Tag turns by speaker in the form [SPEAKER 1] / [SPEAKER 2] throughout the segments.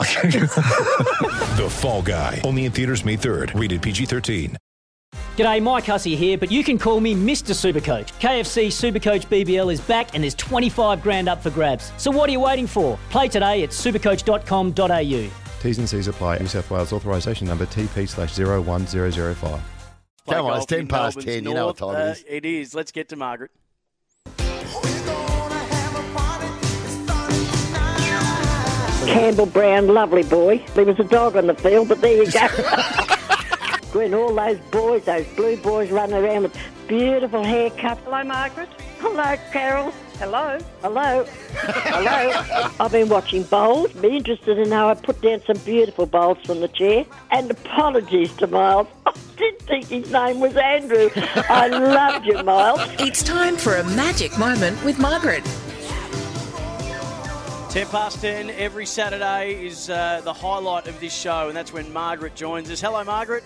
[SPEAKER 1] The Fall Guy. Only in theaters May 3rd. Rated PG-13.
[SPEAKER 2] G'day, Mike Hussey here, but you can call me Mr. Supercoach. KFC Supercoach BBL is back and there's 25 grand up for grabs. So what are you waiting for? Play today at supercoach.com.au.
[SPEAKER 3] T's and C's apply. New South Wales authorisation number TP slash 01005.
[SPEAKER 4] Play
[SPEAKER 5] Come on, it's
[SPEAKER 4] golf
[SPEAKER 5] 10
[SPEAKER 4] in
[SPEAKER 5] past
[SPEAKER 4] Melbourne's
[SPEAKER 5] 10, you know what
[SPEAKER 4] north.
[SPEAKER 5] time it
[SPEAKER 4] Uh,
[SPEAKER 5] is.
[SPEAKER 4] It is. Let's get to Margaret.
[SPEAKER 6] Campbell Brown, lovely boy. There was a dog on the field, but there you go. when all those boys, those blue boys running around with beautiful haircuts. Hello, Margaret. Hello, Carol. Hello. Hello. Hello. I've been watching bowls. Be interested to know I put down some beautiful bowls from the chair. And apologies to Miles. I did think his name was Andrew. I loved you, Miles.
[SPEAKER 7] It's time for a magic moment with Margaret.
[SPEAKER 4] 10 past 10 every Saturday is uh, the highlight of this show, and that's when Margaret joins us. Hello, Margaret.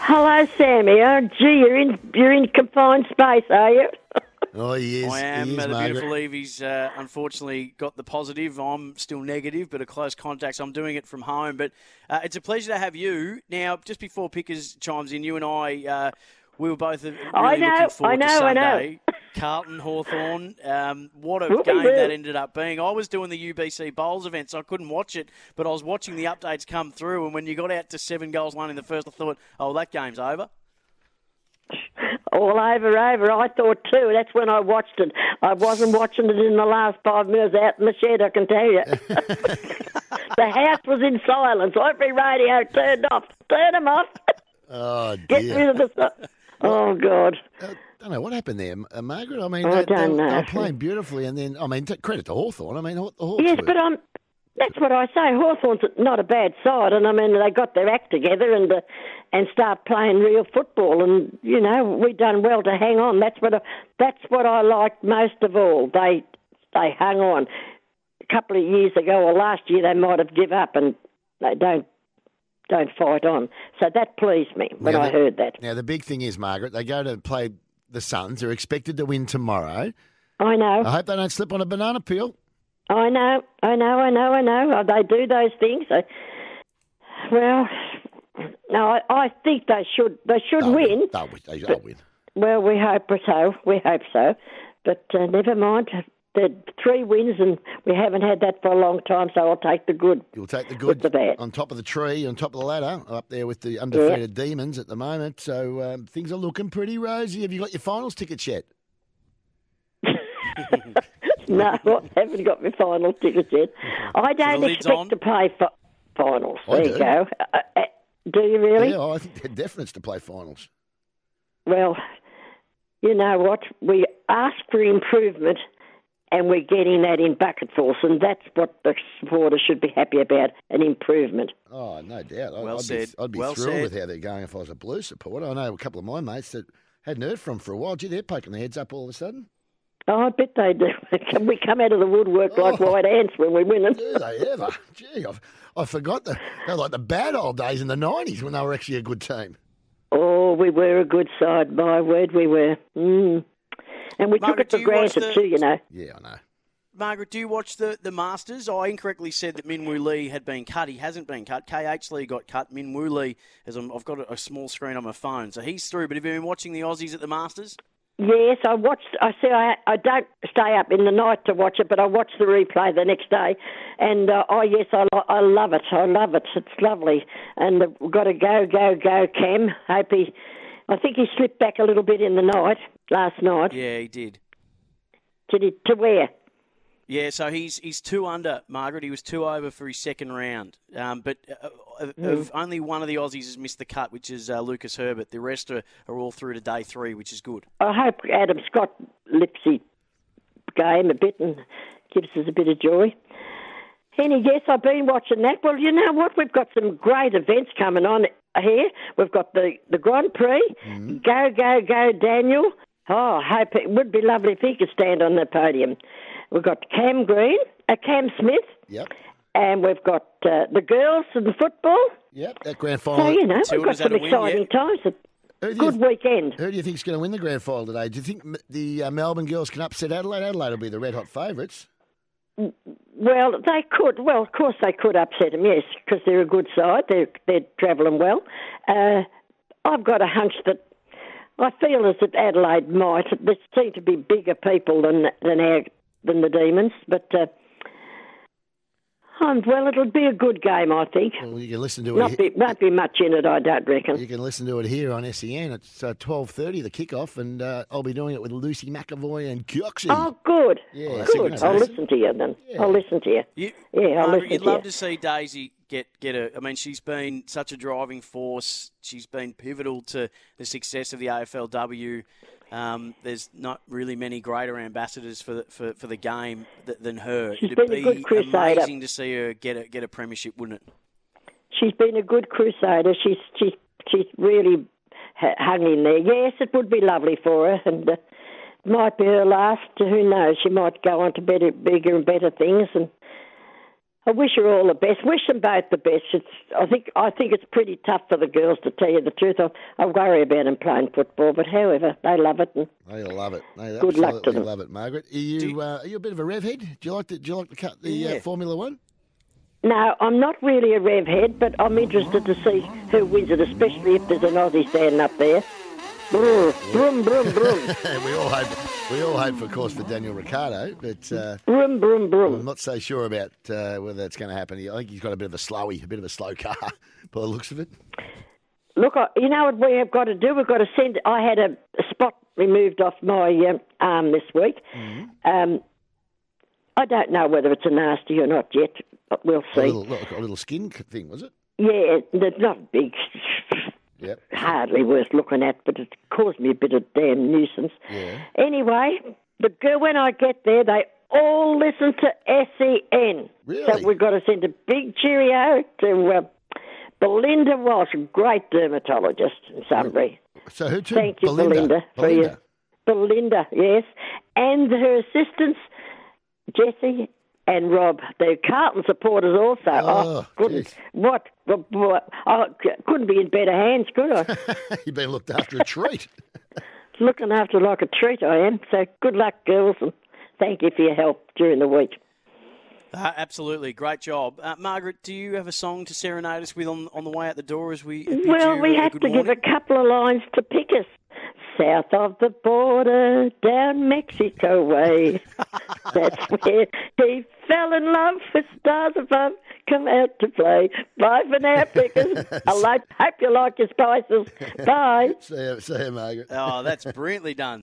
[SPEAKER 6] Hello, Sammy. Oh, gee, you're in you're in confined space, are you?
[SPEAKER 5] Oh, he is.
[SPEAKER 4] I
[SPEAKER 5] he
[SPEAKER 4] am.
[SPEAKER 5] is,
[SPEAKER 4] uh, the
[SPEAKER 5] Margaret.
[SPEAKER 4] beautiful Evie's uh, unfortunately got the positive. I'm still negative, but a close contact. So I'm doing it from home. But uh, it's a pleasure to have you. Now, just before Pickers chimes in, you and I, uh, we were both really
[SPEAKER 6] I know,
[SPEAKER 4] looking forward to
[SPEAKER 6] I know, I know.
[SPEAKER 4] Sunday. Carlton Hawthorn. Um, what a
[SPEAKER 6] Whoopee
[SPEAKER 4] game
[SPEAKER 6] whoop.
[SPEAKER 4] that ended up being. I was doing the UBC Bowls event, so I couldn't watch it, but I was watching the updates come through. And when you got out to seven goals, one in the first, I thought, oh, that game's over.
[SPEAKER 6] All over, over. I thought too. That's when I watched it. I wasn't watching it in the last five minutes out in the shed, I can tell you. the house was in silence. Every radio turned off. Turn them off.
[SPEAKER 5] Oh,
[SPEAKER 6] Get rid
[SPEAKER 5] dear.
[SPEAKER 6] of the. Oh, God.
[SPEAKER 5] I don't know what happened there, M- uh, Margaret. I mean,
[SPEAKER 6] I
[SPEAKER 5] they, they
[SPEAKER 6] don't
[SPEAKER 5] were- they
[SPEAKER 6] know.
[SPEAKER 5] were uh, playing beautifully, and then I mean, t- credit to Hawthorn. I mean, Haw- the Hawks.
[SPEAKER 6] Yes,
[SPEAKER 5] were-
[SPEAKER 6] but I'm. That's what I say. Hawthorn's not a bad side, and I mean they got their act together and uh, and start playing real football. And you know we done well to hang on. That's what I, that's what I liked most of all. They they hung on. A couple of years ago or last year they might have give up and they don't don't fight on. So that pleased me when
[SPEAKER 5] Now
[SPEAKER 6] I
[SPEAKER 5] the-
[SPEAKER 6] heard that.
[SPEAKER 5] Now the big thing is, Margaret. They go to play the Suns. They're expected to win tomorrow.
[SPEAKER 6] I know.
[SPEAKER 5] I hope they don't slip on a banana peel.
[SPEAKER 6] I know, I know, I know, I know. Uh, They do those things. I, well, no, I, I think they should. They should
[SPEAKER 5] They'll
[SPEAKER 6] win.
[SPEAKER 5] They'll win. They- They'll win.
[SPEAKER 6] Well, we hope so. We hope so. But uh, never mind. The three wins, and we haven't had that for a long time. So I'll take the good.
[SPEAKER 5] You'll take the good
[SPEAKER 6] the bad.
[SPEAKER 5] on top of the tree, on top of the ladder, up there with the undefeated demons at the moment. So um, things are looking pretty rosy. Have you got your finals tickets yet?
[SPEAKER 6] No, I haven't got my final ticket yet. I don't
[SPEAKER 4] the lid's
[SPEAKER 6] expect
[SPEAKER 4] on?
[SPEAKER 6] to play for finals.
[SPEAKER 5] I
[SPEAKER 6] there
[SPEAKER 5] do.
[SPEAKER 6] you go. Uh, uh, do you really?
[SPEAKER 5] Yeah, I think they're definite to play finals.
[SPEAKER 6] Well, you know what? We ask for improvement and we're getting that in bucketfuls, and that's what the supporters should be happy about an improvement.
[SPEAKER 5] Oh, no doubt. I-
[SPEAKER 4] Well
[SPEAKER 5] I'd
[SPEAKER 4] said.
[SPEAKER 5] Be, I'd be
[SPEAKER 4] Well
[SPEAKER 5] thrilled
[SPEAKER 4] said.
[SPEAKER 5] with how they're going if I was a blue supporter. I know a couple of my mates that hadn't heard from for a while. Gee, they're poking their heads up all of a sudden.
[SPEAKER 6] Oh, I bet they do. Can we come out of the woodwork like
[SPEAKER 5] Oh.
[SPEAKER 6] white ants when we win it?
[SPEAKER 5] Do they ever? Gee, I've, I forgot that. They were like the bad old days in the 90s when they were actually a good team.
[SPEAKER 6] Oh, we were a good side. My word, we were. Mm. And we
[SPEAKER 4] Margaret, do
[SPEAKER 6] took it for
[SPEAKER 4] you watch
[SPEAKER 6] granted
[SPEAKER 4] the-
[SPEAKER 6] too, you know.
[SPEAKER 5] Yeah, I know.
[SPEAKER 4] Margaret, do you watch the, the Masters? I incorrectly said that Min Woo Lee had been cut. He hasn't been cut. KH Lee got cut. Min Woo Lee, as I'm, I've got a, a small screen on my phone, so he's through. But have you been watching the Aussies at the Masters?
[SPEAKER 6] Yes, I watched. I see. I, I don't stay up in the night to watch it, but I watch the replay the next day. And uh, oh yes, I, lo- I love it. I love it. It's lovely. And uh, we've got to go, go, go, Cam. Hope he. I think he slipped back a little bit in the night last night.
[SPEAKER 4] Yeah, he did.
[SPEAKER 6] Did he? To where?
[SPEAKER 4] Yeah, so he's he's two under, Margaret. He was two over for his second round. Um, but uh, of,
[SPEAKER 6] Mm.
[SPEAKER 4] of only one of the Aussies has missed the cut, which is uh, Lucas Herbert. The rest are, are all through to day three, which is good.
[SPEAKER 6] I hope Adam Scott lifts his game a bit and gives us a bit of joy. Henny, yes, I've been watching that. Well, you know what? We've got some great events coming on here. We've got the, the Grand Prix. Go, go, go, Daniel. Oh, I hope it would be lovely if he could stand on the podium. We've got Cam Green, uh, Cam Smith,
[SPEAKER 5] Yep.
[SPEAKER 6] and we've got uh, the girls in football.
[SPEAKER 5] Yep. That grand
[SPEAKER 6] So,
[SPEAKER 5] final.
[SPEAKER 6] you know,
[SPEAKER 4] Tilda's
[SPEAKER 6] we've
[SPEAKER 4] had
[SPEAKER 6] got some
[SPEAKER 4] a win, yeah.
[SPEAKER 6] exciting times.
[SPEAKER 5] Who
[SPEAKER 6] A
[SPEAKER 5] do you-
[SPEAKER 6] good weekend.
[SPEAKER 5] Who do you think's going to win the grand final today? Do you think m- the uh, Melbourne girls can upset Adelaide? Adelaide will be the red hot favourites.
[SPEAKER 6] Well, they could. Well, of course they could upset them, yes, because they're a good side. They're they're travelling well. Uh, I've got a hunch that I feel as if Adelaide might. There seem to be bigger people than than our than the Demons, but. Uh, um, well, it'll be a good game, I think.
[SPEAKER 5] Well, you can listen to it.
[SPEAKER 6] Not be, won't be much in it, I don't reckon.
[SPEAKER 5] You can listen to it here on SEN. It's uh, twelve thirty, the kickoff, and uh, I'll be doing it with Lucy McAvoy and Coxie.
[SPEAKER 6] Oh, good,
[SPEAKER 5] Yeah, that's a
[SPEAKER 6] good.
[SPEAKER 5] good
[SPEAKER 6] I'll
[SPEAKER 5] choice.
[SPEAKER 6] listen to you then. I'll listen to you.
[SPEAKER 4] You,
[SPEAKER 6] Yeah, I'll
[SPEAKER 4] Margaret,
[SPEAKER 6] listen
[SPEAKER 4] you'd
[SPEAKER 6] to
[SPEAKER 4] love
[SPEAKER 6] you.
[SPEAKER 4] to see Daisy get get a. I mean, she's been such a driving force. She's been pivotal to the success of the AFLW. Um, there's not really many greater ambassadors for the, for, for the game th- than her.
[SPEAKER 6] She's
[SPEAKER 4] It'd
[SPEAKER 6] been a
[SPEAKER 4] be
[SPEAKER 6] good crusader.
[SPEAKER 4] amazing to see her get a get a premiership, wouldn't it?
[SPEAKER 6] she's been a good crusader. She's she's she's really h- hung in there. Yes, it would be lovely for her, and uh, might be her last. Who knows? She might go on to better, bigger and better things. And I wish her all the best. Wish them both the best. It's I think I think it's pretty tough for the girls to tell you the truth. I, I worry about them playing football, but however, they love it. And
[SPEAKER 5] They love it. They
[SPEAKER 6] Good
[SPEAKER 5] absolutely
[SPEAKER 6] luck to them.
[SPEAKER 5] love it, Margaret. Are you, uh, are you a bit of a rev head? Do you like to do you like to cut the uh,
[SPEAKER 4] Yeah.
[SPEAKER 5] Formula One?
[SPEAKER 6] no, I'm not really a rev head, but I'm interested to see who wins it, especially if there's an Aussie standing up there. Brr, brum, brum, brum.
[SPEAKER 5] we all hope we all hope, of course, for Daniel Ricciardo, but uh,
[SPEAKER 6] Broom, broom,
[SPEAKER 5] I'm
[SPEAKER 6] broom.
[SPEAKER 5] not so sure about uh, whether that's going to happen. I think he's got a bit of a slowy, a bit of a slow car by the looks of it.
[SPEAKER 6] Look, I, you know what we have got to do? We've got to send. I had a spot removed off my um, arm this week.
[SPEAKER 5] Mm.
[SPEAKER 6] Um, I don't know whether it's a nasty or not yet. But we'll
[SPEAKER 5] A
[SPEAKER 6] see.
[SPEAKER 5] little, look, a little skin c- thing, was it?
[SPEAKER 6] Yeah, it's not big.
[SPEAKER 5] Yep.
[SPEAKER 6] Hardly worth looking at, but it caused me a bit of damn nuisance. Anyway, the girl, when I get there, they all listen to SEN.
[SPEAKER 5] Really?
[SPEAKER 6] So we've got to send a big cheerio to uh, Belinda Walsh, a great dermatologist in Sunbury.
[SPEAKER 5] So who? To?
[SPEAKER 6] Thank you, Belinda, for your
[SPEAKER 5] Belinda.
[SPEAKER 6] Belinda, yes, and her assistants, Jesse and Rob. They're Carlton supporters also.
[SPEAKER 5] Oh,
[SPEAKER 6] I couldn't,
[SPEAKER 5] geez.
[SPEAKER 6] what, what, what- I c- couldn't be in better hands, could I?
[SPEAKER 5] You've been looked after a treat.
[SPEAKER 6] Looking after like a treat, I am. So good luck, girls, and thank you for your help during the week.
[SPEAKER 4] Uh, absolutely, great job, uh, Margaret. Do you have a song to serenade us with on, on the way out the door as we? bid
[SPEAKER 6] Well,
[SPEAKER 4] you
[SPEAKER 6] we
[SPEAKER 4] a
[SPEAKER 6] had
[SPEAKER 4] good
[SPEAKER 6] to give
[SPEAKER 4] morning?
[SPEAKER 6] a couple of lines to Pickus. South of the border, down Mexico way. That's where he fell in love with stars above. Come out to play. Bye for now, Pickus. I like, hope you like your spices. Bye.
[SPEAKER 5] See you, see you, Margaret.
[SPEAKER 4] Oh, that's brilliantly done.